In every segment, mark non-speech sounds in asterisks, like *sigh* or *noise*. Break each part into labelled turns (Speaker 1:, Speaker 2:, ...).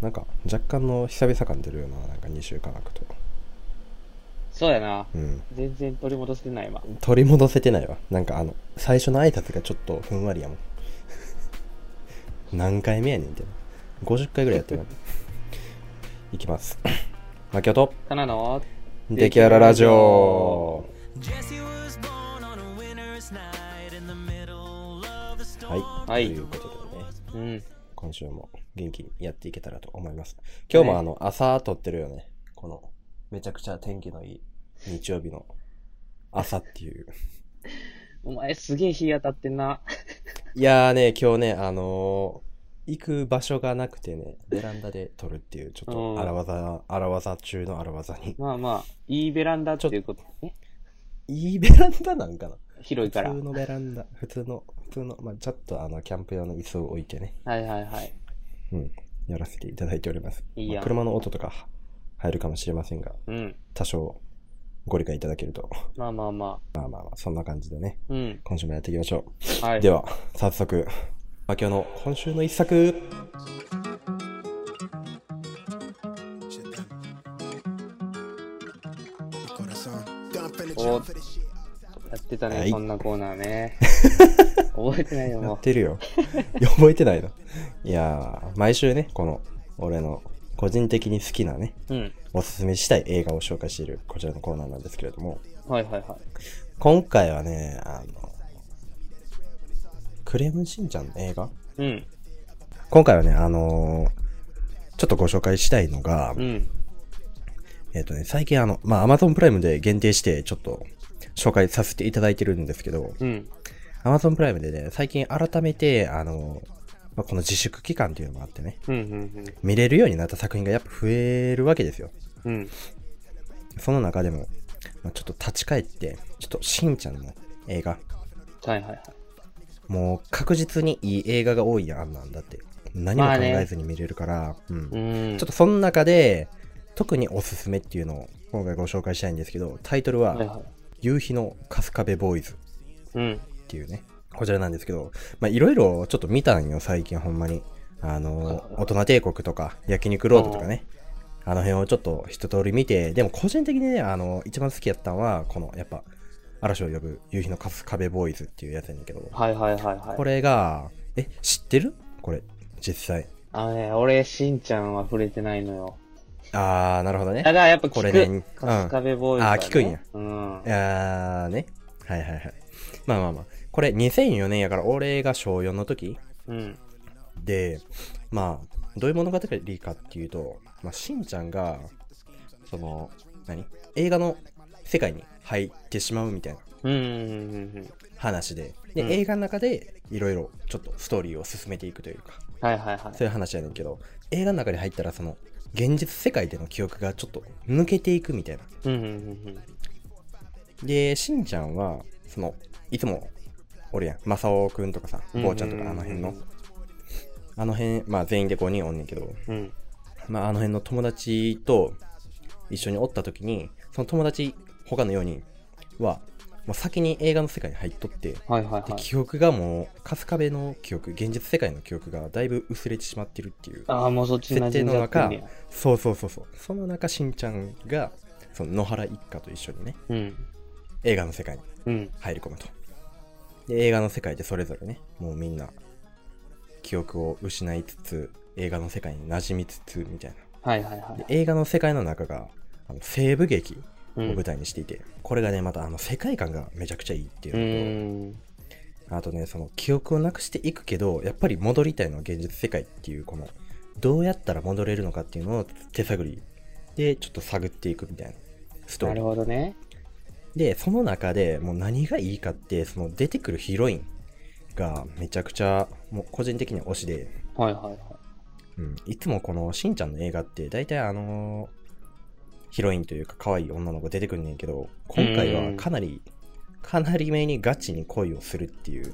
Speaker 1: なんか若干の久々感出るよななんか2週間空くと
Speaker 2: そうやな。
Speaker 1: うん
Speaker 2: 全然取り戻せないわ。
Speaker 1: 取り戻せてないわなんかあの最初の挨拶がちょっとふんわりやもん *laughs* 何回目やねんって50回ぐらいやって *laughs* るいきますマキオと
Speaker 2: かなの
Speaker 1: 出来あらラジオ
Speaker 3: Jesse was born on a winter's night in the middle of a storm.
Speaker 1: はい、
Speaker 2: はい
Speaker 1: ということでね
Speaker 2: うん。
Speaker 1: 今週も元気にやっていけたらと思います今日もあの朝撮ってるよねこのめちゃくちゃ天気のいい日曜日の朝っていう
Speaker 2: お前すげえ日当たってんな。
Speaker 1: いやーね、今日ね、あのー行く場所がなくてね、ベランダで撮るっていう、ちょっ
Speaker 2: うん
Speaker 1: と荒技、荒技中の荒技に。
Speaker 2: まあまあ、いいベランダっていうことね。
Speaker 1: いいベランダなんかな
Speaker 2: 広いから。
Speaker 1: 普通のベランダ、普通の、普通の、まあ、ちょっとあの、キャンプ用の椅子を置いてね、
Speaker 2: はいはいはい。
Speaker 1: うん、やらせていただいております。
Speaker 2: いいやん
Speaker 1: まあ車の音とか入るかもしれませんが、
Speaker 2: うん。
Speaker 1: 多少ご理解いただけると、 *laughs*
Speaker 2: まあまあま
Speaker 1: まあまあまあ、そんな感じでね、
Speaker 2: あ。うん。
Speaker 1: 今週もやっていきましょう。
Speaker 2: はい。
Speaker 1: では、早速、マキオの今週の一作、
Speaker 4: Shit, Mi corazón. Dumping the
Speaker 2: Oh.
Speaker 4: jump for the shit.
Speaker 2: やってた
Speaker 1: は
Speaker 2: ね、
Speaker 1: い
Speaker 2: そんなコーナ
Speaker 1: *laughs*
Speaker 2: ーね。覚えてないよ、
Speaker 1: や
Speaker 2: も
Speaker 1: ってるよ。いや覚えてないの。いやー、毎週ね、この、俺の個人的に好きなね、
Speaker 2: う。うん。
Speaker 1: おすすめしたい映画を紹介している、こちらのコーナーなんですけれども、
Speaker 2: はいはいは
Speaker 1: 今回はね、あの、クレームしんちゃんの映画
Speaker 2: い。うん。
Speaker 1: 今回はね、あのーちょっとご紹介したいのが、
Speaker 2: うん。
Speaker 1: えっ、とね、最近あの、まあ、Amazon プライムで限定して、ちょっと、紹介させていただいてるんですけど、
Speaker 2: うん。
Speaker 1: Amazon プライムでね、最近改めて、あのまあ、この自粛期間っていうのもあってね、
Speaker 2: うん。うん。
Speaker 1: 見れるようになった作品がやっぱ増えるわけですよ。
Speaker 2: うん。うん。
Speaker 1: その中でも、まあ、ちょっと立ち返って、ちょっとしんちゃんの映画、
Speaker 2: はいはいはい。
Speaker 1: もう確実にいい映画が多いやんなんだって。何も
Speaker 2: まあ
Speaker 1: 考
Speaker 2: ね
Speaker 1: えずに見れるから、うん
Speaker 2: う
Speaker 1: ち
Speaker 2: ん。
Speaker 1: ょっとその中で、特におすすめっていうのを今回ご紹介したいんですけど、タイトル
Speaker 2: はい
Speaker 1: は、
Speaker 2: はい。
Speaker 1: 夕日の春日部ボーイズ
Speaker 2: うん。
Speaker 1: っていうね、こちらなんですけど、まあいろいろちょっと見たんよ、最近ほんまに。あの、大人帝国とか、焼肉ロードとかね。あの辺をちょっと一通り見て、でも個人的にね、あの、一番好きやったのは、この、やっぱ、嵐を呼ぶ夕日の春日部ボーイズっていうやつやねんけど、
Speaker 2: はいはいはいはい
Speaker 1: こ。れが、え、知ってるこれ、実際。
Speaker 2: あのね、俺、しんちゃんは触れてないのよ。
Speaker 1: あー、なるほどね。
Speaker 2: ただ、やっぱ聞く。
Speaker 1: これねうん
Speaker 2: カスカベボーイズ、ね。
Speaker 1: あー聞くんや。
Speaker 2: うん。
Speaker 1: あーね。はいはいはい。まあまあまあ。これ2004年やから、俺が小4の時
Speaker 2: うん。
Speaker 1: でまあどういう物語かっていうと、まあ、しんちゃんがその何映画の世界に入ってしまうみたいな
Speaker 2: うんうんうんうん。
Speaker 1: 話でで、
Speaker 2: うん
Speaker 1: 映画の中でいろいろちょっとストーリーを進めていくというか
Speaker 2: はいはいはい
Speaker 1: そういう話やねんけど映画の中に入ったらその現実世界での記憶がちょっと抜けていくみたいな。
Speaker 2: うんうんうん
Speaker 1: でしんちゃんはそのいつもおるやん正雄くんとかさ
Speaker 2: うん
Speaker 1: 坊ちゃんとかあの辺のあの辺まあ全員で5人おんねんけど、
Speaker 2: うん。うん。
Speaker 1: まあ、あの辺の友達と一緒におった時にその友達他の4人はもう先に映画の世界に入っとって
Speaker 2: はいはい
Speaker 1: で
Speaker 2: はい。
Speaker 1: 記憶がもう春日部の記憶現実世界の記憶がだいぶ薄れてしまってるっていう
Speaker 2: ああ、もうそっちに馴染んじゃってんねや。
Speaker 1: そうそうそうそうその中しんちゃんがその野原一家と一緒にね
Speaker 2: うん。
Speaker 1: 映画の世界に
Speaker 2: うん。
Speaker 1: 入り込むとで映画の世界でそれぞれねもうみんな記憶を失いつつ映画の世界に馴染みつつみたいな
Speaker 2: はいはいは
Speaker 1: で
Speaker 2: い。
Speaker 1: 映画の世界の中があの西部劇
Speaker 2: う
Speaker 1: を
Speaker 2: ん
Speaker 1: 舞台にしていて、これがねまたあの世界観がめちゃくちゃいいっていううの
Speaker 2: ん。
Speaker 1: と、あとねその記憶をなくしていくけどやっぱり戻りたいのは現実世界っていうこのどうやったら戻れるのかっていうのを手探りでちょっと探っていくみたいなストー
Speaker 2: な
Speaker 1: リ
Speaker 2: る
Speaker 1: ー
Speaker 2: ほどね。
Speaker 1: でその中でもう何がいいかってその出てくるヒロインがめちゃくちゃもう個人的には推しで
Speaker 2: はいはいはい。
Speaker 1: うん、いつもこのしんちゃんの映画って大体あのーヒロインというか可愛い女の子出てくんねんけど今回はかなりかなりめにガチに恋をするっていう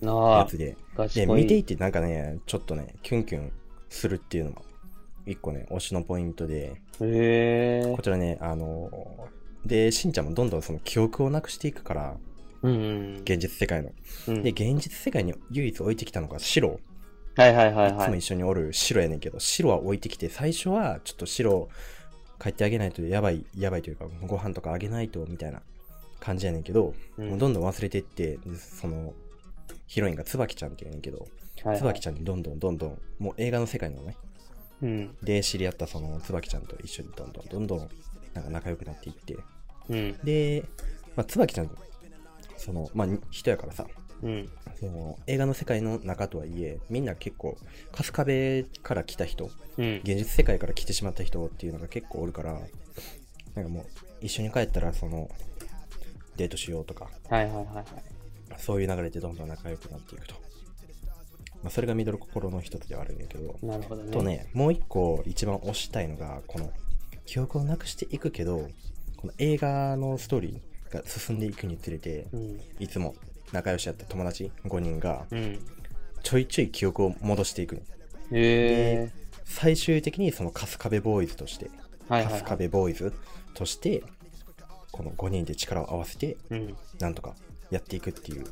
Speaker 2: な
Speaker 1: や
Speaker 2: あ
Speaker 1: つ、でで
Speaker 2: 賢い。
Speaker 1: 見ていてなんかねちょっとねキュンキュンするっていうのも一個ね推しのポイントで
Speaker 2: へえ
Speaker 1: こ。ちらねあのーでしんちゃんもどんどんその記憶をなくしていくから
Speaker 2: うんうん。
Speaker 1: 現実世界の
Speaker 2: うん
Speaker 1: で現実世界に唯一置いてきたのが白
Speaker 2: はいはいはい
Speaker 1: いつも
Speaker 2: は
Speaker 1: 一
Speaker 2: い。
Speaker 1: 緒におる白やねんけど、白は置いてきて、最初はちょっと白帰ってあげないとやばい、やばいというか、ご飯とかあげないとみたいな感じやねんけど、
Speaker 2: うん
Speaker 1: もうどんどん忘れていって、でその、ヒロインが椿ちゃんっていうねんけど、
Speaker 2: はいはい
Speaker 1: 椿ちゃんにどんどんどんどん、もう映画の世界のね、
Speaker 2: うん。
Speaker 1: で知り合ったその椿ちゃんと一緒にどんどんどんどんなんか仲良くなっていって、
Speaker 2: うん。
Speaker 1: で、まあ、椿ちゃん、その、まあ、に人やからさ、
Speaker 2: うん。
Speaker 1: その映画の世界の中とはいえ、みんな結構、春日部から来た人、
Speaker 2: うん。
Speaker 1: 現実世界から来てしまった人っていうのが結構おるから、なんかもう、一緒に帰ったら、その、デートしようとか、
Speaker 2: はいはいはいはい。
Speaker 1: そういう流れでどんどん仲良くなっていくと。まあ、それがミドル心の一つではあるんだけど、
Speaker 2: なるほどね。
Speaker 1: とね、もう一個一番推したいのが、この、記憶をなくしていくけど、この映画のストーリーが進んでいくにつれて
Speaker 2: う、ん。
Speaker 1: いつも仲良しだった友達5人が、
Speaker 2: うん。
Speaker 1: ちょいちょい記憶を戻していくの。
Speaker 2: へえ。
Speaker 1: 最終的にその春日部ボーイズとして、
Speaker 2: はいはい
Speaker 1: 春
Speaker 2: は
Speaker 1: 日
Speaker 2: い。
Speaker 1: 部ボーイズとして、この5人で力を合わせて、
Speaker 2: うん。
Speaker 1: なんとかやっていくっていう、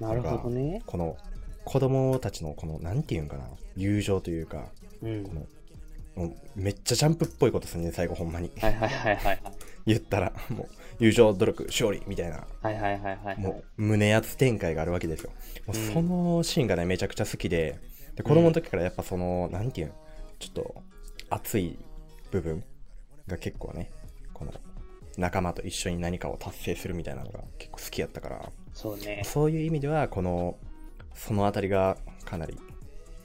Speaker 2: なるほどね。
Speaker 1: この子供たちのこの、なんていうんかな、友情というか、
Speaker 2: う
Speaker 1: こ
Speaker 2: ん。
Speaker 1: の、もうめっちゃジャンプっぽいことすんね、最後ほんまに。
Speaker 2: はいはいはいはいはい。
Speaker 1: 言ったら、もう、友情、努力、勝利みたいな、
Speaker 2: はいはいはいはいは
Speaker 1: もう、
Speaker 2: い。
Speaker 1: 胸熱展開があるわけですよ。もう
Speaker 2: うん
Speaker 1: そのシーンがね、めちゃくちゃ好きで、で子供の時からやっぱその、なんていうん、ちょっと、熱い部分が結構ね、この、仲間と一緒に何かを達成するみたいなのが結構好きやったから、
Speaker 2: そうね。
Speaker 1: そういう意味では、この、そのあたりがかなり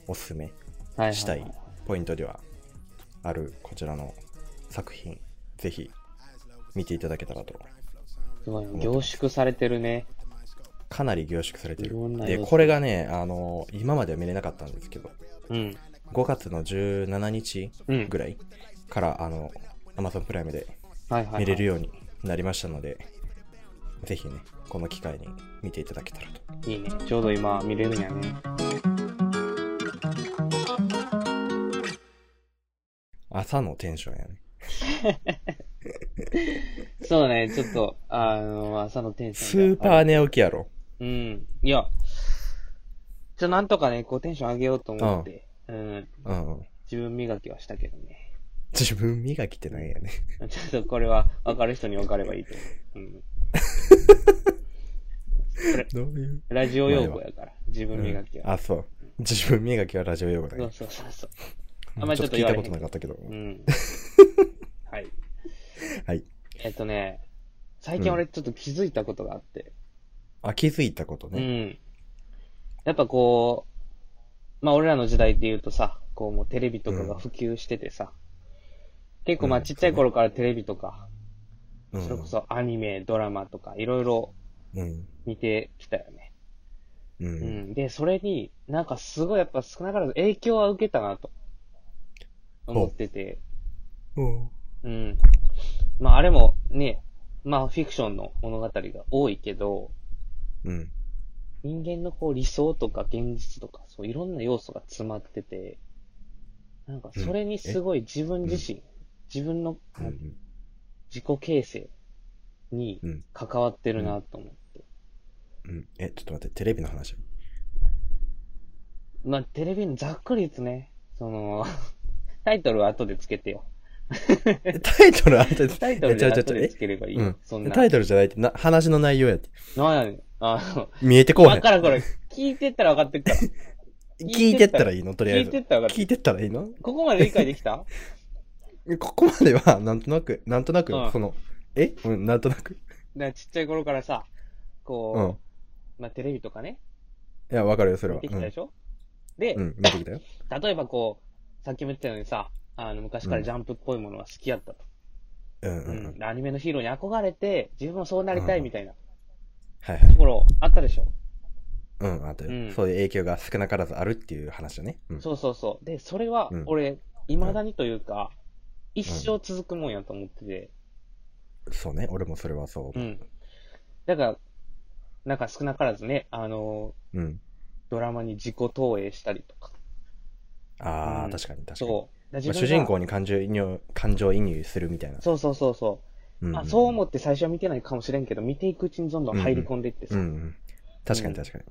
Speaker 1: おすすめ
Speaker 2: はいは
Speaker 1: した
Speaker 2: はい
Speaker 1: ポイントではあるこちらの作品ぜひ見ていただけたらと
Speaker 2: すごい。凝縮されてるね。
Speaker 1: かなり凝縮されて
Speaker 2: いろん
Speaker 1: る
Speaker 2: な
Speaker 1: で
Speaker 2: 要素
Speaker 1: これがねあの今までは見れなかったんですけど
Speaker 2: うん。
Speaker 1: 5月の17日
Speaker 2: うん
Speaker 1: ぐらいから、あの Amazon プライムで
Speaker 2: はいはいはい。
Speaker 1: 見れるようになりましたので、ぜひねこの機会に見ていただけたらと
Speaker 2: いいね。ちょうど今見れるんやね。
Speaker 1: 朝のテンションやね
Speaker 2: そうね、ちょっと、あの、朝のテンシ
Speaker 1: ス
Speaker 2: ョン
Speaker 1: ー
Speaker 2: が
Speaker 1: パー寝起きやろ
Speaker 2: うん。いや、ちょ、なんとかね、こうテンション上げようと思って、うん。
Speaker 1: うんうん
Speaker 2: 自分磨きはしたけどね。
Speaker 1: 自分磨きってないやね
Speaker 2: ちょっとこれは分かる人に分かればいいと思う。うん。
Speaker 1: *laughs* どういう
Speaker 2: ラジオ用語やから、自分磨き
Speaker 1: うん
Speaker 2: は。
Speaker 1: あそう自分磨きはラジオ用語だ
Speaker 2: そ
Speaker 1: ね
Speaker 2: うそうそうそう。
Speaker 1: うん
Speaker 2: あんま
Speaker 1: ち
Speaker 2: りち
Speaker 1: ょ
Speaker 2: ょ
Speaker 1: っ
Speaker 2: っ
Speaker 1: と聞
Speaker 2: と
Speaker 1: いた
Speaker 2: 言われ
Speaker 1: こと
Speaker 2: へん
Speaker 1: なかったけど。 *laughs*
Speaker 2: うん。はい。
Speaker 1: はい。
Speaker 2: えっとね、最近俺ちょっと気づいたことがあって、
Speaker 1: あ、気づいたこと
Speaker 2: う
Speaker 1: ね。
Speaker 2: ん。やっぱこう、まあ俺らの時代で言うとさ、こうもうテレビとかが普及しててさ、結構ま
Speaker 1: う
Speaker 2: あ
Speaker 1: ん
Speaker 2: ちっちゃい頃からテレビとか、
Speaker 1: うん。
Speaker 2: それこそアニメ、ドラマとかいろいろ
Speaker 1: うん。
Speaker 2: 見てきたよね。
Speaker 1: う。
Speaker 2: うんん。で、それになんかすごいやっぱ少なからず影響は受けたなと思ってて、
Speaker 1: うん。
Speaker 2: うん。まああれもね、まあフィクションの物語が多いけど、
Speaker 1: うん。
Speaker 2: 人間のこう理想とか現実とか、そういろんな要素が詰まってて、なんかそれにすごい自分自身、自分の
Speaker 1: う
Speaker 2: なん
Speaker 1: ん
Speaker 2: 自己形成に
Speaker 1: うん
Speaker 2: 関わってるなと思って。
Speaker 1: うん。え、ちょっと待って、テレビの話。
Speaker 2: まあテレビのざっくりですね。その、 *laughs* タイトルは後でつけてよ。
Speaker 1: えタイトルあれです。
Speaker 2: タイトルで
Speaker 1: えちょ
Speaker 2: 後
Speaker 1: いちょい
Speaker 2: で
Speaker 1: ち
Speaker 2: つければいい。
Speaker 1: ょいえ
Speaker 2: そん
Speaker 1: うん。
Speaker 2: な。
Speaker 1: タイトルじゃないって、な話の内容やって。
Speaker 2: なんやねん。あの、
Speaker 1: 見えてこうへ
Speaker 2: わ
Speaker 1: ん。
Speaker 2: からんこれ、聞いてったら分かって
Speaker 1: *laughs*
Speaker 2: っから。
Speaker 1: 聞いてったらいいのとりあえ
Speaker 2: 聞い
Speaker 1: ず
Speaker 2: て。ったら分かって
Speaker 1: 聞いてったらいいの
Speaker 2: ここまで理解できた *laughs*
Speaker 1: ここまでは、 *laughs* なんとなく、なんとなく
Speaker 2: う、ん
Speaker 1: その、えうん、なんとなく。
Speaker 2: なちっちゃい頃からさ、
Speaker 1: う
Speaker 2: こ
Speaker 1: ん。
Speaker 2: う、まあテレビとかね、
Speaker 1: いや、わかるよ、それ
Speaker 2: 見
Speaker 1: は。
Speaker 2: て
Speaker 1: う
Speaker 2: きたで
Speaker 1: ん
Speaker 2: しょ、で、
Speaker 1: うん、見てきたよ。
Speaker 2: 例えばこう、さっきも言ったようにさ、あの、昔からジャンプっぽいものは好きやったと。
Speaker 1: うんう
Speaker 2: うん
Speaker 1: うん。
Speaker 2: ん。アニメのヒーローに憧れて、自分もそうなりたいみたいな
Speaker 1: はいはい
Speaker 2: と。ころあったでしょ、
Speaker 1: うん、あと
Speaker 2: うん
Speaker 1: そういう影響が少なからずあるっていう話だね。うん。
Speaker 2: そうそうそう。で、それは
Speaker 1: うん、
Speaker 2: 俺、未だにというか、一生続くもんやと思ってて、
Speaker 1: そうね、俺もそれはそう
Speaker 2: う
Speaker 1: 思
Speaker 2: ん。だから、なんか少なからずね、あの、
Speaker 1: う。うん。
Speaker 2: ドラマに自己投影したりとか。
Speaker 1: ああ、
Speaker 2: うん
Speaker 1: 確かに確かに。
Speaker 2: そう。だか
Speaker 1: ま
Speaker 2: ら
Speaker 1: あ、
Speaker 2: 自
Speaker 1: 主
Speaker 2: 分
Speaker 1: 人
Speaker 2: が
Speaker 1: 公に感情移入感情移入するみたいな。
Speaker 2: そうそうそうそう。
Speaker 1: うん
Speaker 2: まあ、そう思って最初は見てないかもしれんけど、見ていくうちにどんどん入り込んでいってさ、
Speaker 1: うんうん。確かに確かに。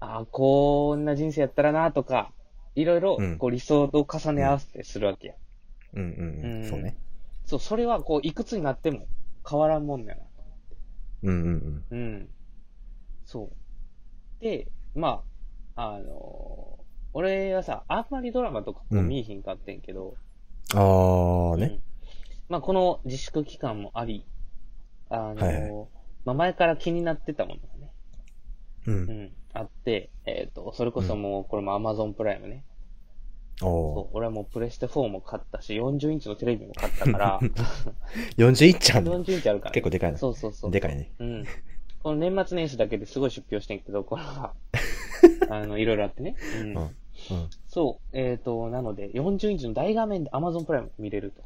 Speaker 2: ああ、こんな人生やったらなとか、いろいろ
Speaker 1: うん
Speaker 2: こう理想を重ね合わせてするわけや。
Speaker 1: うんうんう。
Speaker 2: うんん
Speaker 1: そうね。
Speaker 2: そう、それはこう、いくつになっても変わらんもんだよ
Speaker 1: うんうんうん。
Speaker 2: な。うん。そう。で、まあ、あのー俺はさ、あんまりドラマとかこう見えひんかってんけど、
Speaker 1: ああ
Speaker 2: う
Speaker 1: ね。
Speaker 2: んまあ、この自粛期間もあり、あのー
Speaker 1: はいは
Speaker 2: まあ、前から気になってたものがね、
Speaker 1: う。
Speaker 2: うんん、あって、えっ、と、それこそもう、これも Amazon プライムね、
Speaker 1: お
Speaker 2: そ
Speaker 1: ー
Speaker 2: う俺はもうプレステ4も買ったし、40インチのテレビも買ったから、
Speaker 1: 41ちゃんも
Speaker 2: 40インチあるから、
Speaker 1: 結構でかいな
Speaker 2: そうそうそう。
Speaker 1: でかいね。
Speaker 2: うん。この年末年始だけですごい出費をしてんけど、これは、あの、いろいろあってね。うん。
Speaker 1: うんうん
Speaker 2: そう、えっ、と、なので、40インチの大画面で Amazon プライム見れると。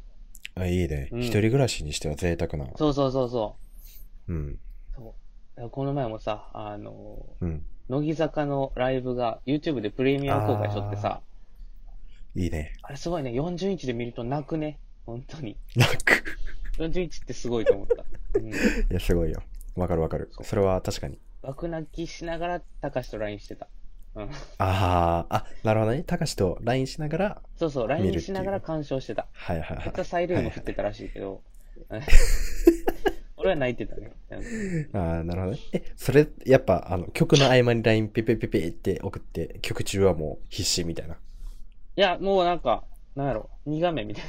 Speaker 1: あ。いいね。
Speaker 2: うん
Speaker 1: 一人暮らしにしては贅沢な。
Speaker 2: そうそうそうそ
Speaker 1: うん。
Speaker 2: う。そうだからこの前もさ、あの
Speaker 1: うん。
Speaker 2: ー、乃木坂のライブが YouTube でプレミアム公開しとってさ、
Speaker 1: いいね。 *laughs*
Speaker 2: あれすごいね、40インチで見ると泣くね。本当に。
Speaker 1: 楽。
Speaker 2: 40インチってすごいと思った。
Speaker 1: *laughs*
Speaker 2: うん。
Speaker 1: いや、すごいよ。わかるわかる。
Speaker 2: そう
Speaker 1: それは確かに。
Speaker 2: 爆泣きしながら、たかしと LINE してた。うん。
Speaker 1: ああ、あ、なるほどね。たかしと LINE しながら、
Speaker 2: そうそう、
Speaker 1: 見るっていう
Speaker 2: LINE しながら鑑賞してた。
Speaker 1: はいはい
Speaker 2: めっちゃ
Speaker 1: は
Speaker 2: サイレウム振ってたらしいけど、 *laughs* 俺は泣いてたね。
Speaker 1: い。ああ、なるほどね。え、それ、やっぱ、あの、曲の合間に LINE ピピピピって送って、曲中はもう必死みたいな。
Speaker 2: いや、もうなんか、なんやろ、2画面みたい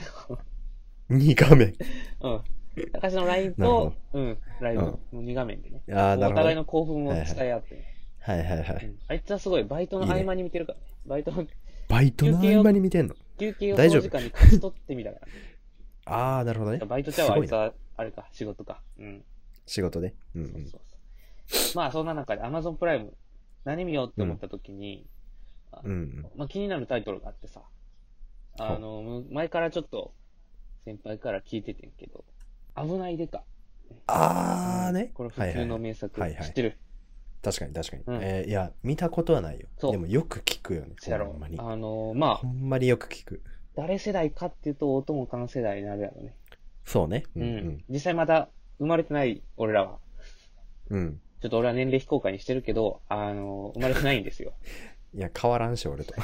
Speaker 1: 2画面。
Speaker 2: な。うん。高橋の LINE
Speaker 1: なるほ
Speaker 2: と、うん、ライブ、
Speaker 1: うん
Speaker 2: もう2画面でね。
Speaker 1: ああ、
Speaker 2: も
Speaker 1: なる
Speaker 2: うお
Speaker 1: ほ
Speaker 2: 互い
Speaker 1: ど。
Speaker 2: の興奮を伝え合ってね、
Speaker 1: はいはいは
Speaker 2: う
Speaker 1: い。
Speaker 2: んあいつはすごい、バイトの合間に見てるからね。バイトの
Speaker 1: バイトの合間に見てんの。
Speaker 2: 休憩をそ
Speaker 1: 大丈
Speaker 2: の
Speaker 1: 夫
Speaker 2: 時間に勝ち取ってみたから、
Speaker 1: ああ、なるほどね。
Speaker 2: バイトちゃうわ、
Speaker 1: す
Speaker 2: あ
Speaker 1: ご
Speaker 2: い
Speaker 1: い
Speaker 2: つ
Speaker 1: ね
Speaker 2: は、あれか、仕事か。うん。
Speaker 1: 仕事で。うんう
Speaker 2: そうそ
Speaker 1: ん
Speaker 2: う。そう。まあ、そんな中で Amazon プライム、何見ようって思った時に、あ
Speaker 1: うんうん。
Speaker 2: まあ、気になるタイトルがあってさ、
Speaker 1: はい
Speaker 2: あの、む前からちょっと先輩から聞いててんけど、危ないでか。
Speaker 1: ああね。
Speaker 2: これ普
Speaker 1: はいは
Speaker 2: 通
Speaker 1: いは
Speaker 2: の
Speaker 1: い
Speaker 2: 名作。
Speaker 1: はいはい
Speaker 2: 知ってる
Speaker 1: 確かに確かに。
Speaker 2: うん
Speaker 1: えーいや、見たことはないよ。
Speaker 2: そう
Speaker 1: でもよく聞くよね。
Speaker 2: せや
Speaker 1: ほ
Speaker 2: ろ
Speaker 1: んまに。
Speaker 2: あの、ま
Speaker 1: ほ
Speaker 2: あ、
Speaker 1: んまによく聞く。
Speaker 2: 誰世代かっていうと、音も感世代になるやろね。
Speaker 1: そうね。う
Speaker 2: うんん。
Speaker 1: うん。
Speaker 2: 実際まだ生まれてない俺らは、
Speaker 1: うん。
Speaker 2: ちょっと俺は年齢非公開にしてるけど、あの、生まれてないんですよ。
Speaker 1: いや、変わらんし、俺
Speaker 2: *laughs*
Speaker 1: と。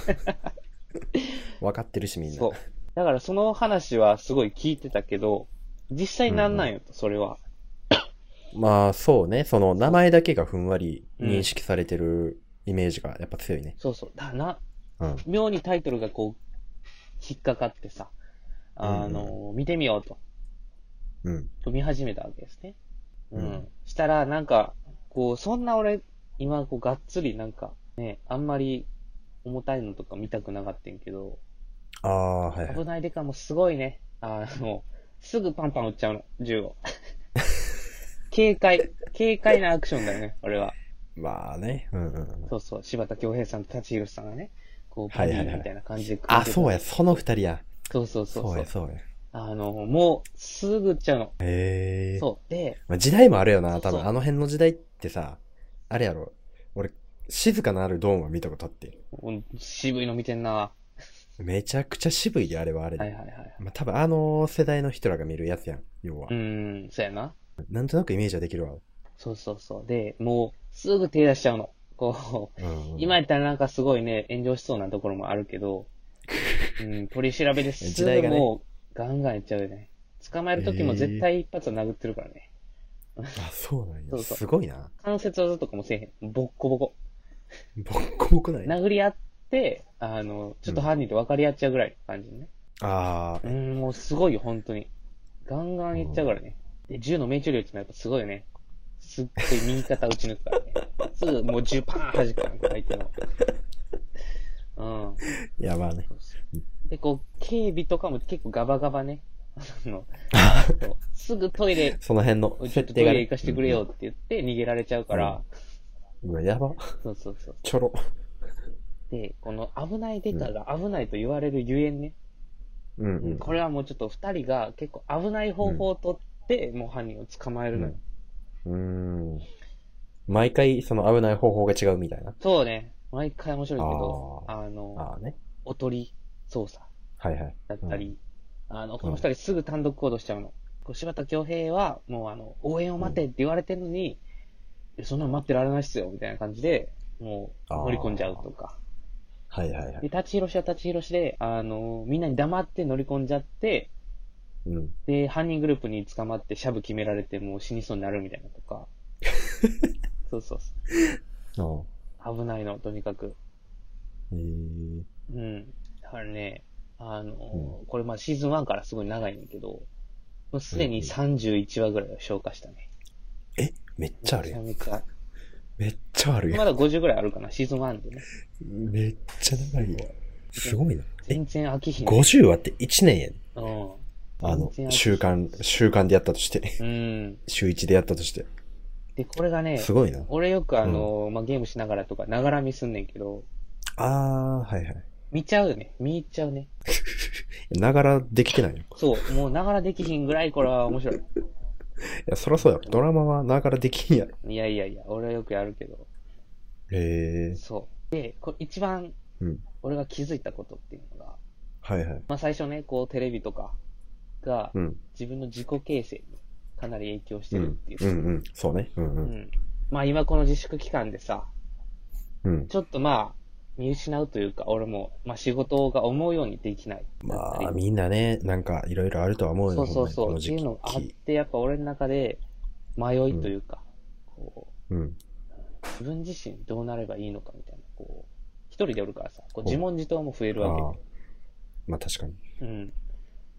Speaker 1: 分かってるし、みんな。
Speaker 2: そう。だからその話はすごい聞いてたけど、実際なんなんよと、それは。
Speaker 1: まあ、そうね。その、名前だけがふんわり認識されてるイメージがやっぱ強いね。
Speaker 2: そうそう。だな、
Speaker 1: うん。
Speaker 2: 妙にタイトルがこう、引っかかってさ、あの、見てみようと、
Speaker 1: うん。
Speaker 2: 見始めたわけですね。うん。
Speaker 1: うん
Speaker 2: したら、なんか、こう、そんな俺、今、こう、がっつり、なんか、ね、あんまり、重たいのとか見たくなかったんけど、
Speaker 1: ああ、はいはい。
Speaker 2: 危ないデカもすごいね。あの、すぐパンパン撃っちゃうの、銃を。 *laughs* 軽快、軽快なアクションだよね、俺は。
Speaker 1: まあね。うんうんうん。
Speaker 2: そうそう、柴田恭平さんと舘ひろしさんがね、こう、
Speaker 1: は
Speaker 2: ボ
Speaker 1: い
Speaker 2: デ
Speaker 1: はいはい
Speaker 2: ィみたいな感じで組んでた
Speaker 1: あ、そうや、その二人や。
Speaker 2: そうそうそう
Speaker 1: そう
Speaker 2: そう
Speaker 1: や、。そうや。
Speaker 2: あの、もう、すぐ売っちゃうの。
Speaker 1: へえ。
Speaker 2: そう。で、
Speaker 1: まあ、時代もあるよな、多
Speaker 2: そう
Speaker 1: 分。あの辺の時代ってさ、あれやろ。俺、静かなるドーンは見たことあって。
Speaker 2: うん渋いの見てんな。は
Speaker 1: めちゃくちゃ渋いで、あれはあれ
Speaker 2: いはい
Speaker 1: で。
Speaker 2: はい。
Speaker 1: まあ、多分あの世代の人らが見るやつやん、要は
Speaker 2: う。ーん、そうやな。
Speaker 1: なんとなくイメージはできるわ。
Speaker 2: そうそうそう。で、もう、すぐ手出しちゃうの。こう、
Speaker 1: うんうん
Speaker 2: 今やったらなんかすごいね、炎上しそうなところもある
Speaker 1: *laughs*
Speaker 2: けど、うん、取り調べです
Speaker 1: 時
Speaker 2: す
Speaker 1: 代
Speaker 2: ぐ
Speaker 1: がね
Speaker 2: もう、ガンガンいっちゃうよね。捕まえる時も絶対一発は殴ってるからね。
Speaker 1: あ、そうなん
Speaker 2: そ
Speaker 1: や。
Speaker 2: うそう
Speaker 1: すごいな。
Speaker 2: 関節技とかもせえへん。ボッコボコ。
Speaker 1: ボッコボコない。
Speaker 2: 殴り合って、あの、ちょっと犯人と分かり合っちゃうぐらいの感じね。
Speaker 1: あ
Speaker 2: う
Speaker 1: あ、
Speaker 2: ん、もうすごいよ、本当に。ガンガンいっちゃうからね。で、銃の命中率もやっぱすごいよね。すっごい右肩打ち抜く *laughs* からね。すぐもう銃パーン弾くからね、相手の。うん。
Speaker 1: いやばいね。
Speaker 2: そうそうで、こう、警備とかも結構ガバガバね。あ *laughs* の、そうすぐトイレ、
Speaker 1: その辺の
Speaker 2: ちょっとトイレ行かしてくれよって言って逃げられちゃうか
Speaker 1: う
Speaker 2: ら。
Speaker 1: んうわ、やば。
Speaker 2: そうそうそう。
Speaker 1: ちょろ。
Speaker 2: で、この危ないデカが危ないと言われるゆえんね。
Speaker 1: うんうん。
Speaker 2: これはもうちょっと二人が結構危ない方法をとって、もう犯人を捕まえるのよ。
Speaker 1: うーん。毎回、その危ない方法が違うみたいな。
Speaker 2: そうね。毎回面白いけど、あの、
Speaker 1: ああね。
Speaker 2: おとり操作
Speaker 1: はいはい。
Speaker 2: だったり、あの、この二人すぐ単独行動しちゃうの。こう柴田恭平は、もうあの、応援を待てって言われてるのに、いやそんなの待ってられないっすよ、みたいな感じで、もう
Speaker 1: あー
Speaker 2: 乗り込んじゃうとか。
Speaker 1: はいはいは
Speaker 2: で、
Speaker 1: い。
Speaker 2: 立ち広しは立ち広しで、あの、みんなに黙って乗り込んじゃって、
Speaker 1: うん。
Speaker 2: で、犯人グループに捕まってシャブ決められてもう死にそうになるみたいなとか。そうそうそ
Speaker 1: あ
Speaker 2: う。危ないの、とにかく。
Speaker 1: えー、
Speaker 2: うん。だからね、あの、
Speaker 1: う
Speaker 2: これまあシーズン1からすごい長いねんだけど、もうすでに31話ぐらいは消化したね。
Speaker 1: え、めっちゃある
Speaker 2: めち
Speaker 1: や
Speaker 2: ゃ
Speaker 1: ん。
Speaker 2: めちゃ。
Speaker 1: めっちゃあるや
Speaker 2: まだ50ぐらいあるかな、シーズン1でね。
Speaker 1: ん。めっちゃ長いやん。すごいな。え、
Speaker 2: 全然飽きひんね。
Speaker 1: 50話って1年やん。
Speaker 2: うん。
Speaker 1: あの
Speaker 2: 全然飽、き
Speaker 1: 週間、週間でやったとして、 *laughs*
Speaker 2: うん。
Speaker 1: 週1でやったとして。
Speaker 2: で、これがね、
Speaker 1: すごいな。
Speaker 2: 俺よくあの、まあ、ゲームしながらとか、ながら見すんねんけど、
Speaker 1: あー、はいはい。
Speaker 2: 見ちゃうよね。見入っちゃうね。
Speaker 1: ながらできてないの。い
Speaker 2: そう。もうながらできひんぐらい、これは面白い。
Speaker 1: や、そらそうやろ。ドラマはながらできんやろ。
Speaker 2: いやいやいや、俺はよくやるけど。
Speaker 1: へえ。
Speaker 2: そう。で、これ一番
Speaker 1: うん、
Speaker 2: 俺が気づいたことっていうのが、
Speaker 1: はいはい。
Speaker 2: まあ、最初ね、こう、テレビとかが、
Speaker 1: うん。
Speaker 2: 自分の自己形成にかなり影響し
Speaker 1: う
Speaker 2: てるっ
Speaker 1: ん
Speaker 2: てい。
Speaker 1: うん
Speaker 2: う。
Speaker 1: うん。そうね。うんう。
Speaker 2: うんん。まあ、今この自粛期間でさ、
Speaker 1: うん。
Speaker 2: ちょっとまあ、見失うというか、俺も、まあ、仕事が思うようにできない。
Speaker 1: まあ、みんなね、なんかいろいろあるとは思うよ
Speaker 2: そうそうそ
Speaker 1: ほん
Speaker 2: う。
Speaker 1: ま
Speaker 2: っ
Speaker 1: に
Speaker 2: ていうの
Speaker 1: こ
Speaker 2: が
Speaker 1: の
Speaker 2: あっ
Speaker 1: 時期。
Speaker 2: て、やっぱ俺の中で、迷いというか、こ
Speaker 1: うん。
Speaker 2: う、自分自身どうなればいいのかみたいな、こう、一人でおるからさ、こう自問自答も増える
Speaker 1: ああ
Speaker 2: わ
Speaker 1: ー。まあ確かに。
Speaker 2: け。うん。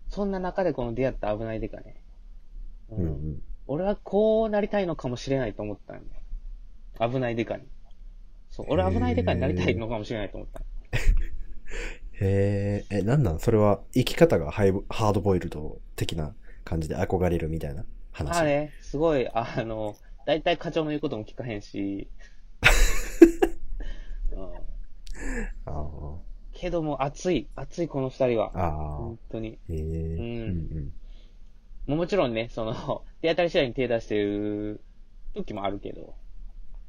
Speaker 2: そんな中でこの出会った危ないでかね。う
Speaker 1: うん
Speaker 2: ん。
Speaker 1: うん。
Speaker 2: 俺はこうなりたいのかもしれないと思ったんだよ。危ないでかに。そう、俺は危ないでかになりたいのかもしれないと思った。
Speaker 1: へえ、え、なんなんそれは生き方がハイボハードボイルド的な感じで憧れるみたいな話。
Speaker 2: まあね、すごい、あの、大体課長の言うことも聞かへん *laughs* し。うん、
Speaker 1: あー
Speaker 2: けども、熱い、熱いこの二人は。
Speaker 1: あー
Speaker 2: 本、当に。
Speaker 1: へえ、うんうん。
Speaker 2: もうもちろんね、その、 *laughs* 手当たり次第に手出してる時もあるけど、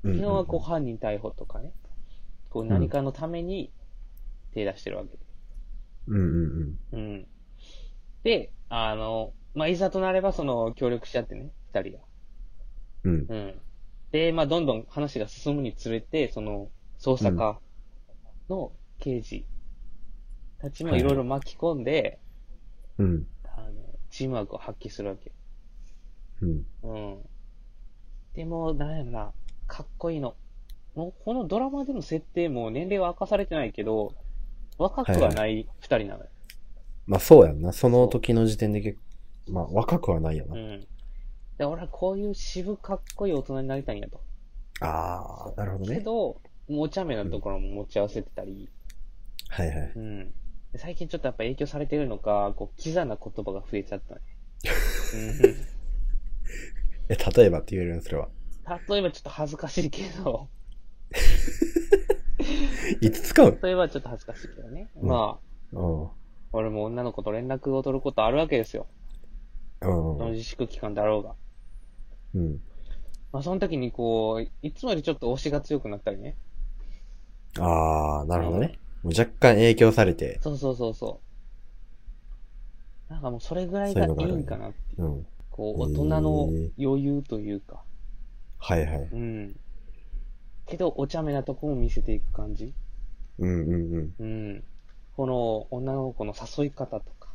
Speaker 1: うん
Speaker 2: 昨日はこう犯人逮捕とかね、こう何かのために手出してるわけで。
Speaker 1: うんうんうん。
Speaker 2: うん。で、あの、まあ、いざとなればその、協力し合ってね、二人が。
Speaker 1: うん。
Speaker 2: うん。で、まあ、どんどん話が進むにつれて、その、捜査課の刑事たちもいろいろ巻き込んで、
Speaker 1: うん。
Speaker 2: あの、チームワークを発揮するわけ。
Speaker 1: うん。
Speaker 2: うん。でも、なんやろな、かっこいいの。もう、このドラマでの設定も年齢は明かされてないけど、若くはない二人なのよ。
Speaker 1: まあそうやんな。その時の時点で結構、まあ若くはないよな。
Speaker 2: うん。で、俺はこういう渋かっこいい大人になりたいんやと。
Speaker 1: ああ、なるほど
Speaker 2: け
Speaker 1: ね。
Speaker 2: ど、もうお茶目なところも持ち合わせてたり、
Speaker 1: はいはい。
Speaker 2: うん。最近ちょっとやっぱ影響されてるのか、こう、キザな言葉が増えち
Speaker 1: *laughs*
Speaker 2: ゃったね。うん
Speaker 1: え、例えばって言えるんそれは。
Speaker 2: 例えばちょっと恥ずかしいけど、
Speaker 1: いつ使う
Speaker 2: 例えばちょっと恥ずかしいけどね。
Speaker 1: うん
Speaker 2: まあ、
Speaker 1: うん。
Speaker 2: 俺も女の子と連絡を取ることあるわけですよ。
Speaker 1: うん
Speaker 2: その。自粛期間だろうが。
Speaker 1: うん。
Speaker 2: まあ、その時にこう、いつもよりちょっと推しが強くなったりね。
Speaker 1: ああ、なるほどね。もう若干影響されて。
Speaker 2: そうそうそうそう。なんかもうそれぐらいがいいんかなっていう。
Speaker 1: うん。
Speaker 2: こう、
Speaker 1: そう
Speaker 2: 大
Speaker 1: いう
Speaker 2: 人
Speaker 1: のがあるんや
Speaker 2: の
Speaker 1: へ
Speaker 2: 余裕というか。
Speaker 1: はいはい。
Speaker 2: うん。けど、お茶目なとこも見せていく感じ。
Speaker 1: うんうんうん。
Speaker 2: うん。この女の子の誘い方とか、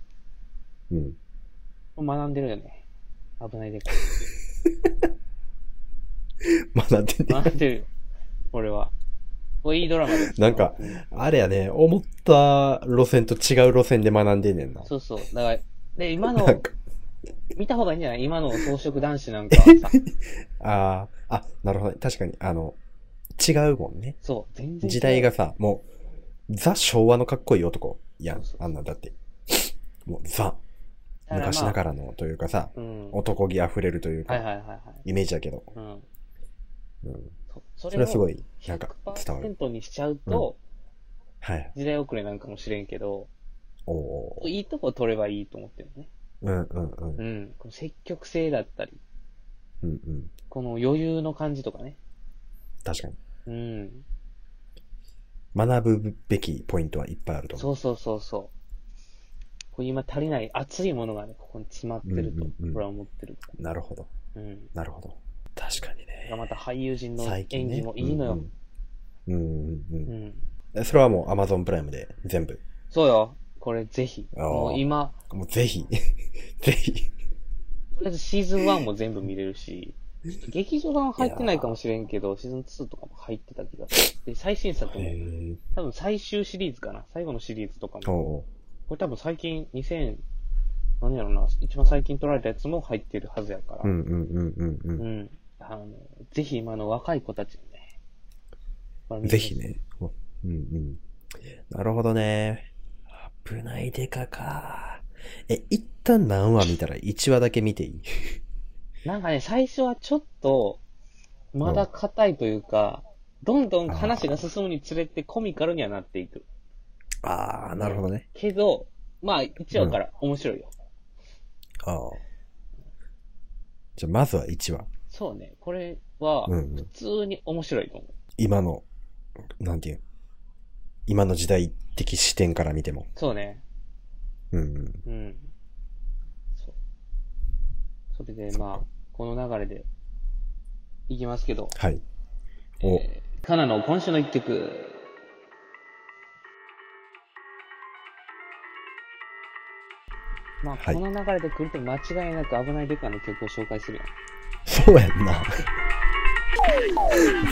Speaker 1: うん。 *laughs*
Speaker 2: 学んでるよね。危ないでか。
Speaker 1: まあなんてね。
Speaker 2: 学んでるよ。俺は。これいいドラマです。
Speaker 1: なんか
Speaker 2: う、
Speaker 1: あれやね、思った路線と違う路線で学んでんねんな。
Speaker 2: そうそう。だから、で、今の
Speaker 1: な、んか、
Speaker 2: 見た方がいいんじゃない今の装飾男子なんかはさ。
Speaker 1: ああ、あ、なるほどね。確かに、あの、違うもんね。
Speaker 2: そう、全然違う
Speaker 1: 時代が。さ、もう、ザ昭和のかっこいい男やん
Speaker 2: そう。そう
Speaker 1: あんなんだって。 *laughs* もう、ザ、
Speaker 2: だからまあ
Speaker 1: 昔ながらのというかさ、
Speaker 2: うん。はい
Speaker 1: 男気あふれるという
Speaker 2: はい
Speaker 1: か、
Speaker 2: はいはい。
Speaker 1: イメージやけど。
Speaker 2: うん。
Speaker 1: うん。
Speaker 2: そそ
Speaker 1: それはすご
Speaker 2: い、
Speaker 1: い、なんか伝わる。
Speaker 2: 100%にしちゃうと、
Speaker 1: はい。
Speaker 2: 時代遅れなんかもしれんけど、
Speaker 1: おおー。
Speaker 2: いいとこ取ればいいと思ってるね。
Speaker 1: うんうんうん。うん
Speaker 2: うん。この積極性だったり、
Speaker 1: うん。
Speaker 2: この余裕の感じとかね。
Speaker 1: 確かに。
Speaker 2: うん。
Speaker 1: 学ぶべきポイントはいっぱいあると思う。
Speaker 2: そうそうそうそう。こう今足りない熱いものがね、ここに詰まってると
Speaker 1: うん、うんうん
Speaker 2: 俺は思ってるか
Speaker 1: なるほど。
Speaker 2: ら。うん。
Speaker 1: なるほど。確かにね。
Speaker 2: また俳優陣の
Speaker 1: 最
Speaker 2: 演
Speaker 1: 近ね。
Speaker 2: 技もいいのよ。
Speaker 1: うんうんうん
Speaker 2: う。
Speaker 1: うんん。それはもう Amazon プライムで全部。
Speaker 2: そうよ。これぜひ。
Speaker 1: あー
Speaker 2: もう今、
Speaker 1: もうぜひ。 *laughs* ぜひ。
Speaker 2: とりあえずシーズン1も全部見れるし、ちょっと劇場版は入ってないかもしれんけど、シーズン2とかも入ってた気がする。で、最新作も、
Speaker 1: へ
Speaker 2: 多分最終シリーズかな。最後のシリーズとか
Speaker 1: お
Speaker 2: も。
Speaker 1: うおう
Speaker 2: これ多分最近2000、何やろな、一番最近撮られたやつも入ってるはずやから。
Speaker 1: うんうんうんうん
Speaker 2: う。
Speaker 1: うん
Speaker 2: あの、ぜひ今の若い子たちにね。これ
Speaker 1: ん。
Speaker 2: 見
Speaker 1: ぜ
Speaker 2: てほしい
Speaker 1: ひ。ね。おうんうん。なるほどね。危ないデカか。え、一旦何話見たら1話だけ見ていい
Speaker 2: なんかね、最初はちょっと、まだ硬いというか、どんどん話が進むにつれてコミカルにはなっていく。
Speaker 1: あー、なるほどね。
Speaker 2: けど、まあ、一話から面白いよ。
Speaker 1: ああ。じゃあ、まずは1話。
Speaker 2: そうね、これは、
Speaker 1: うんう
Speaker 2: 普
Speaker 1: ん
Speaker 2: 通に面白いと思う。
Speaker 1: 今の、なんていう。今の時代的視点から見ても。
Speaker 2: そうね、
Speaker 1: うんうん。
Speaker 2: うん。そう。それで、まあ、この流れで、いきますけど、
Speaker 1: はい。お、
Speaker 2: カナの今週の一曲。まあ、
Speaker 1: はい
Speaker 2: この流れで来ると間違いなく危ないデカの曲を紹介するやん。
Speaker 1: そうやんな。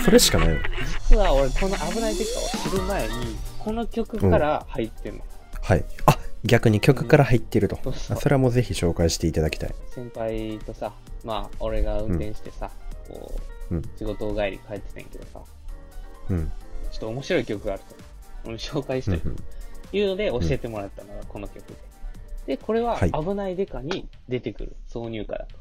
Speaker 1: それしかないわ。
Speaker 2: 実は俺、この危ないデカを知る前に、この曲から入ってんの。
Speaker 1: はい。あ、逆に曲から入ってると。
Speaker 2: そうそう
Speaker 1: あそれはもうぜひ紹介していただきたい。
Speaker 2: 先輩とさ、まあ、俺が運転してさ、こう、
Speaker 1: うん
Speaker 2: 仕事帰り帰ってたんやけどさ、
Speaker 1: うん。
Speaker 2: ちょっと面白い曲があると。俺に紹介し
Speaker 1: う
Speaker 2: て
Speaker 1: んう
Speaker 2: る
Speaker 1: ん
Speaker 2: というので教えてもらったのがこの曲で。で、これは
Speaker 1: はい
Speaker 2: 危ないデカに出てくる挿入歌だと。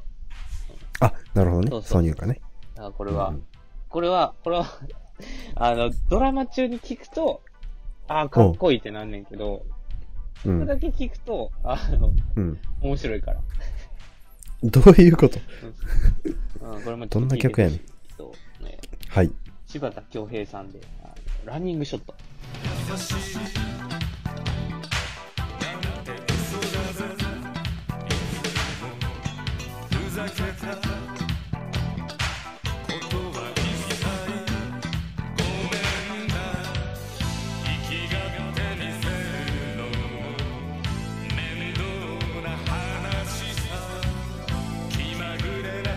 Speaker 1: あ、なるほ
Speaker 2: そ
Speaker 1: ど
Speaker 2: う
Speaker 1: ね。
Speaker 2: そう
Speaker 1: 挿入歌ね。
Speaker 2: だからこれは、
Speaker 1: うん
Speaker 2: これは、これは、 *laughs* あの、ドラマ中に聞くと、ああ、かっこいいってなんねんけ
Speaker 1: う
Speaker 2: ど、それだ
Speaker 1: ん。
Speaker 2: け聞くと、あの、
Speaker 1: うん。
Speaker 2: 面白いから。
Speaker 1: どういうこと
Speaker 2: うん、これも
Speaker 1: どんな曲やねん
Speaker 2: ちょっと聞いてほしいけどね
Speaker 1: はい。
Speaker 2: 柴田恭平さんで、あのランニングショット。
Speaker 5: 「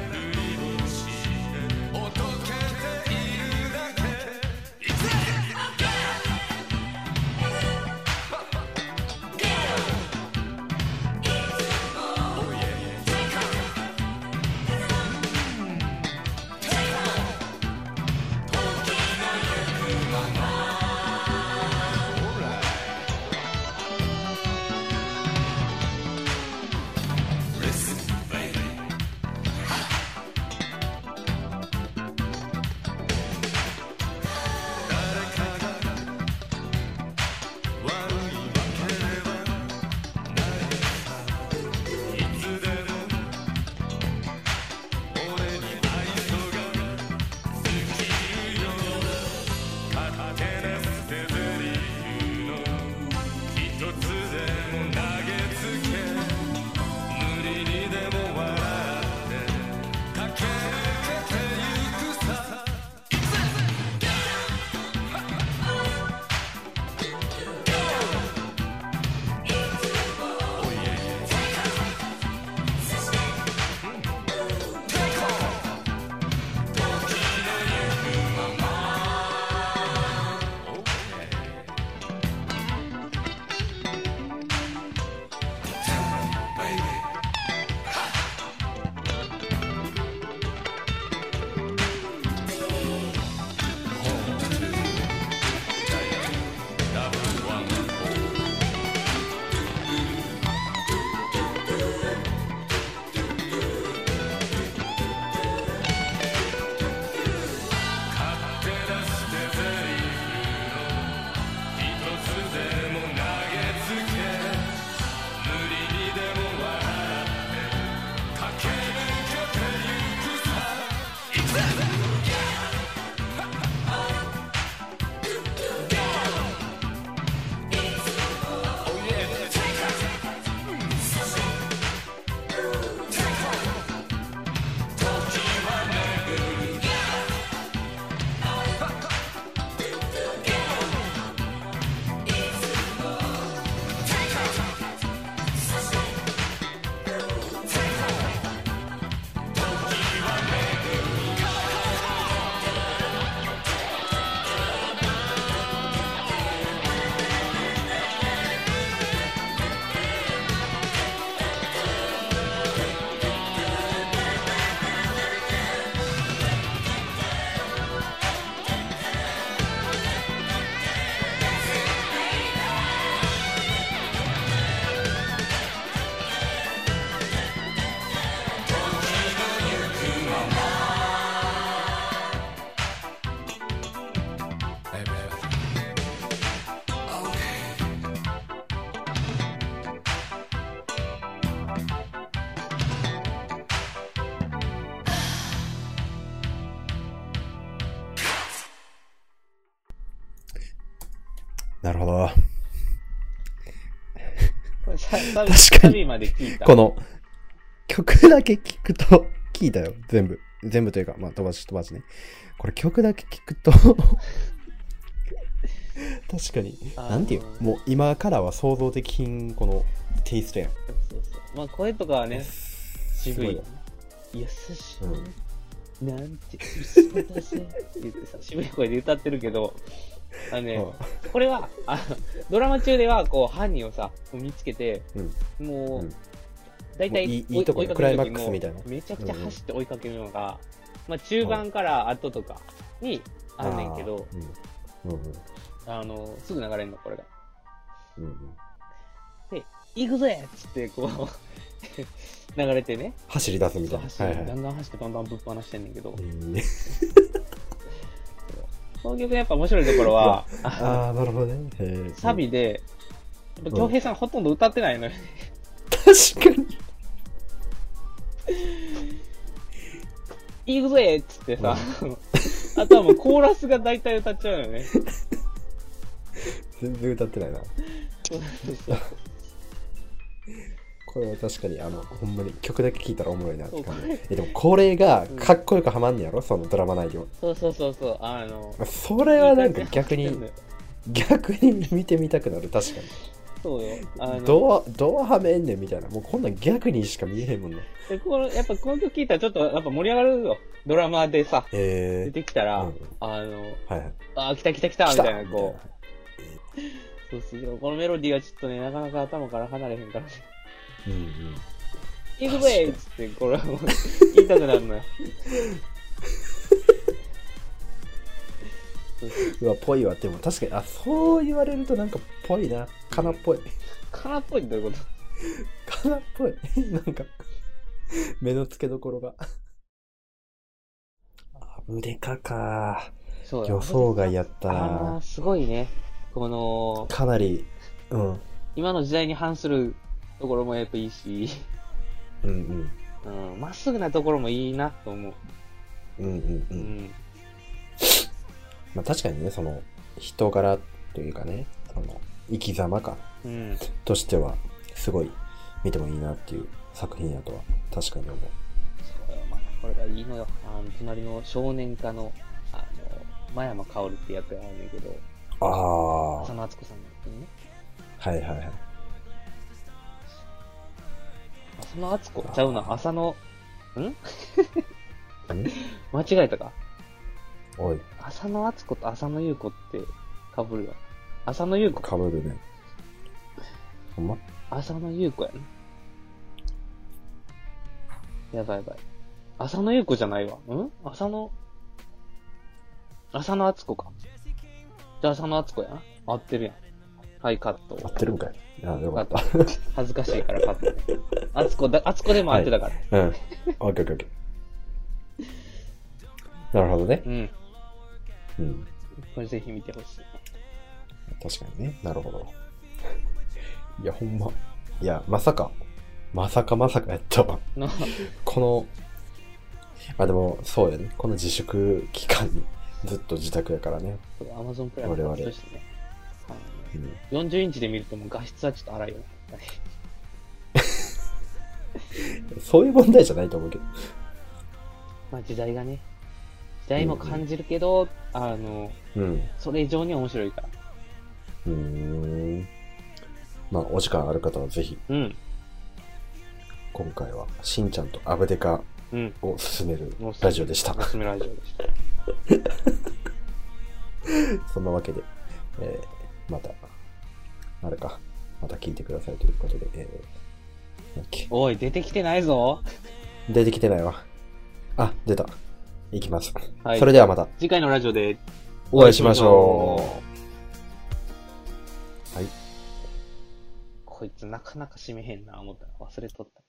Speaker 1: なるほど。
Speaker 2: これさサビ、
Speaker 1: 確か
Speaker 2: サ
Speaker 1: に
Speaker 2: ビまで聞いた。
Speaker 1: この、曲だけ聞くと、聞いたよ、全部。全部というか、まあ、飛ばし飛ばしね。これ曲だけ聞く
Speaker 2: *laughs*
Speaker 1: と、確かに。
Speaker 2: あの
Speaker 1: なんていう、もう今からは想像できん、このテイストやん。
Speaker 2: そうそうまあ、声とかはね、渋
Speaker 1: ご
Speaker 2: い
Speaker 1: いよ。
Speaker 2: 優しい、
Speaker 1: うん
Speaker 2: なんて、優しいって言って
Speaker 1: *laughs*
Speaker 2: さ、渋い声で歌ってるけど、あのね、これは、あのドラマ中では、こう、犯人をさ、見つけて、も
Speaker 1: う、
Speaker 2: うん大体、
Speaker 1: もういい
Speaker 2: 追
Speaker 1: いいとこね
Speaker 2: 追かけ
Speaker 1: クライ
Speaker 2: る時も
Speaker 1: マックスみたいな
Speaker 2: めちゃくちゃ走って追いかけるのが、まあ、中盤から後とかにあんねんけど、
Speaker 1: あー。うん。うん
Speaker 2: あの、すぐ流れるの、これが。
Speaker 1: うんうん
Speaker 2: 行くぜっつって、こう、 *laughs* 流れてね、
Speaker 1: 走り出すみ
Speaker 2: そ
Speaker 1: た
Speaker 2: う
Speaker 1: いな。
Speaker 2: 走
Speaker 1: は
Speaker 2: る、
Speaker 1: いは
Speaker 2: ガ
Speaker 1: い
Speaker 2: ンガン走って、バンバンぶっ放してんねんけど
Speaker 1: う、 *laughs* ん。
Speaker 2: この曲のやっぱ面白いところは、
Speaker 1: ああ、なるほどね。へー
Speaker 2: サビで、やっぱ恭平さんほとんど歌ってないのよ。 *laughs*
Speaker 1: 確かに。
Speaker 2: 行くぜっつってさ、 *laughs* あとはもうコーラスが大体歌っちゃうのよね。 *laughs*
Speaker 1: 全然歌ってないな。
Speaker 2: そうそうそう
Speaker 1: これは確かに、あの、ほんまに曲だけ聴いたらおもろいなって感
Speaker 2: そう
Speaker 1: じ。え、でもこれがかっこよくはまんねやろそのドラマ内容。
Speaker 2: そうそうそうそう、あの、
Speaker 1: それはなんか逆
Speaker 2: いい感じ
Speaker 1: に
Speaker 2: で、
Speaker 1: 逆に見てみたくなる、確か
Speaker 2: そうよ。あ
Speaker 1: に。
Speaker 2: の、
Speaker 1: どう、どうはめんねんみたいな。もうこんなん逆にしか見えへんもんな。
Speaker 2: でこのやっぱこの曲聴いたらちょっとやっぱ盛り上がるよ。ドラマでさ、出
Speaker 1: え
Speaker 2: てきたら、
Speaker 1: うん
Speaker 2: あの、
Speaker 1: ー、はいはい。
Speaker 2: あー、来た来た来た、みたいな、
Speaker 1: み
Speaker 2: こ
Speaker 1: たいな
Speaker 2: う。そうそうこのメロディーはちょっとね、なかなか頭から離れへんからね。
Speaker 1: うんうん。
Speaker 2: 行くぜっつって、これはもう、言いたくなるのよ。
Speaker 1: うわ、ぽいわ。でも確かに、あ、そう言われるとなんかぽいな。かなっぽい。 *laughs*
Speaker 2: 空っぽいってどういうこ
Speaker 1: かなっぽい。 *laughs* なんか、目の付けどころが。アブレカか。
Speaker 2: とそう
Speaker 1: 予想外やった
Speaker 2: ああ、
Speaker 1: な。
Speaker 2: すごいね。この、
Speaker 1: かなり、うん。
Speaker 2: 今の時代に反するところもやっぱいいし、
Speaker 1: うん
Speaker 2: うん、まっすぐなところもいいなと思う。
Speaker 1: うん。うんうんう。
Speaker 2: うんん。
Speaker 1: まあ確かにね、その、人柄というかね、その、生き様か、
Speaker 2: うん。
Speaker 1: としては、すごい、見てもいいなっていう作品やとは、確かに思う。
Speaker 2: そうよまあこれがいいのよ。あの、隣の少年課の、あの、真山薫って役やるんだけど、
Speaker 1: ああ。は
Speaker 2: 浅野敦子さんの役にね。
Speaker 1: いはいはい。
Speaker 2: 浅野敦子ちゃうな、浅野、ん
Speaker 1: ん
Speaker 2: *laughs* 間違えたか。
Speaker 1: おい、
Speaker 2: 浅野敦子と浅野優子って被るよ。浅野優子
Speaker 1: かぶるね。ほんま
Speaker 2: 浅野ゆう子やな。やばいやばい。浅野ゆう子じゃないわ。ん浅野、浅野敦子か。じゃあ浅野敦子やな。合ってるやん。はい、カット。
Speaker 1: 合ってるんかいあよか
Speaker 2: カッ
Speaker 1: っ
Speaker 2: ト。恥ずかしいからカット。
Speaker 1: *laughs*
Speaker 2: 敦子だ、敦子でも合ってたから。
Speaker 1: た。うん。オッケーオッケーオッケー。なるほどね
Speaker 2: う。ん。
Speaker 1: うん。
Speaker 2: これぜひ見てほしい。
Speaker 1: 確かにね。なるほど。いや、ほんま。いや、まさか。まさかまさかやったわ。
Speaker 2: の、 *laughs*
Speaker 1: この、あ、でも、そうやね。この自粛期間にずっと自宅やからね。
Speaker 2: アマゾンプライムで
Speaker 1: 我々
Speaker 2: 活してね。あの
Speaker 1: うん、
Speaker 2: 40インチで見るともう画質はちょっと荒いよね。 *laughs*
Speaker 1: そういう問題じゃないと思うけど。
Speaker 2: まあ時代がね、時代も感じるけど、あの、
Speaker 1: うん。
Speaker 2: それ以上に面白いから。
Speaker 1: うーん。まあ、お時間ある方はぜひ、
Speaker 2: うん。
Speaker 1: 今回は、しんちゃんとアブデカ
Speaker 2: うん。
Speaker 1: を進める
Speaker 2: もうすぐ
Speaker 1: ラジオでした *laughs*
Speaker 2: お。すすめラジオでした。
Speaker 1: そんなわけで、えーまた、あれか、また聞いてくださいということで、えーなんだっけ
Speaker 2: おい、出てきてないぞ。
Speaker 1: 出てきてないわ。あ、出た。いきます。
Speaker 2: はい
Speaker 1: それではまた、
Speaker 2: 次回のラジオで
Speaker 1: お会いしましょう。
Speaker 2: こいつなかなか締めへんな、思ったら忘れとった。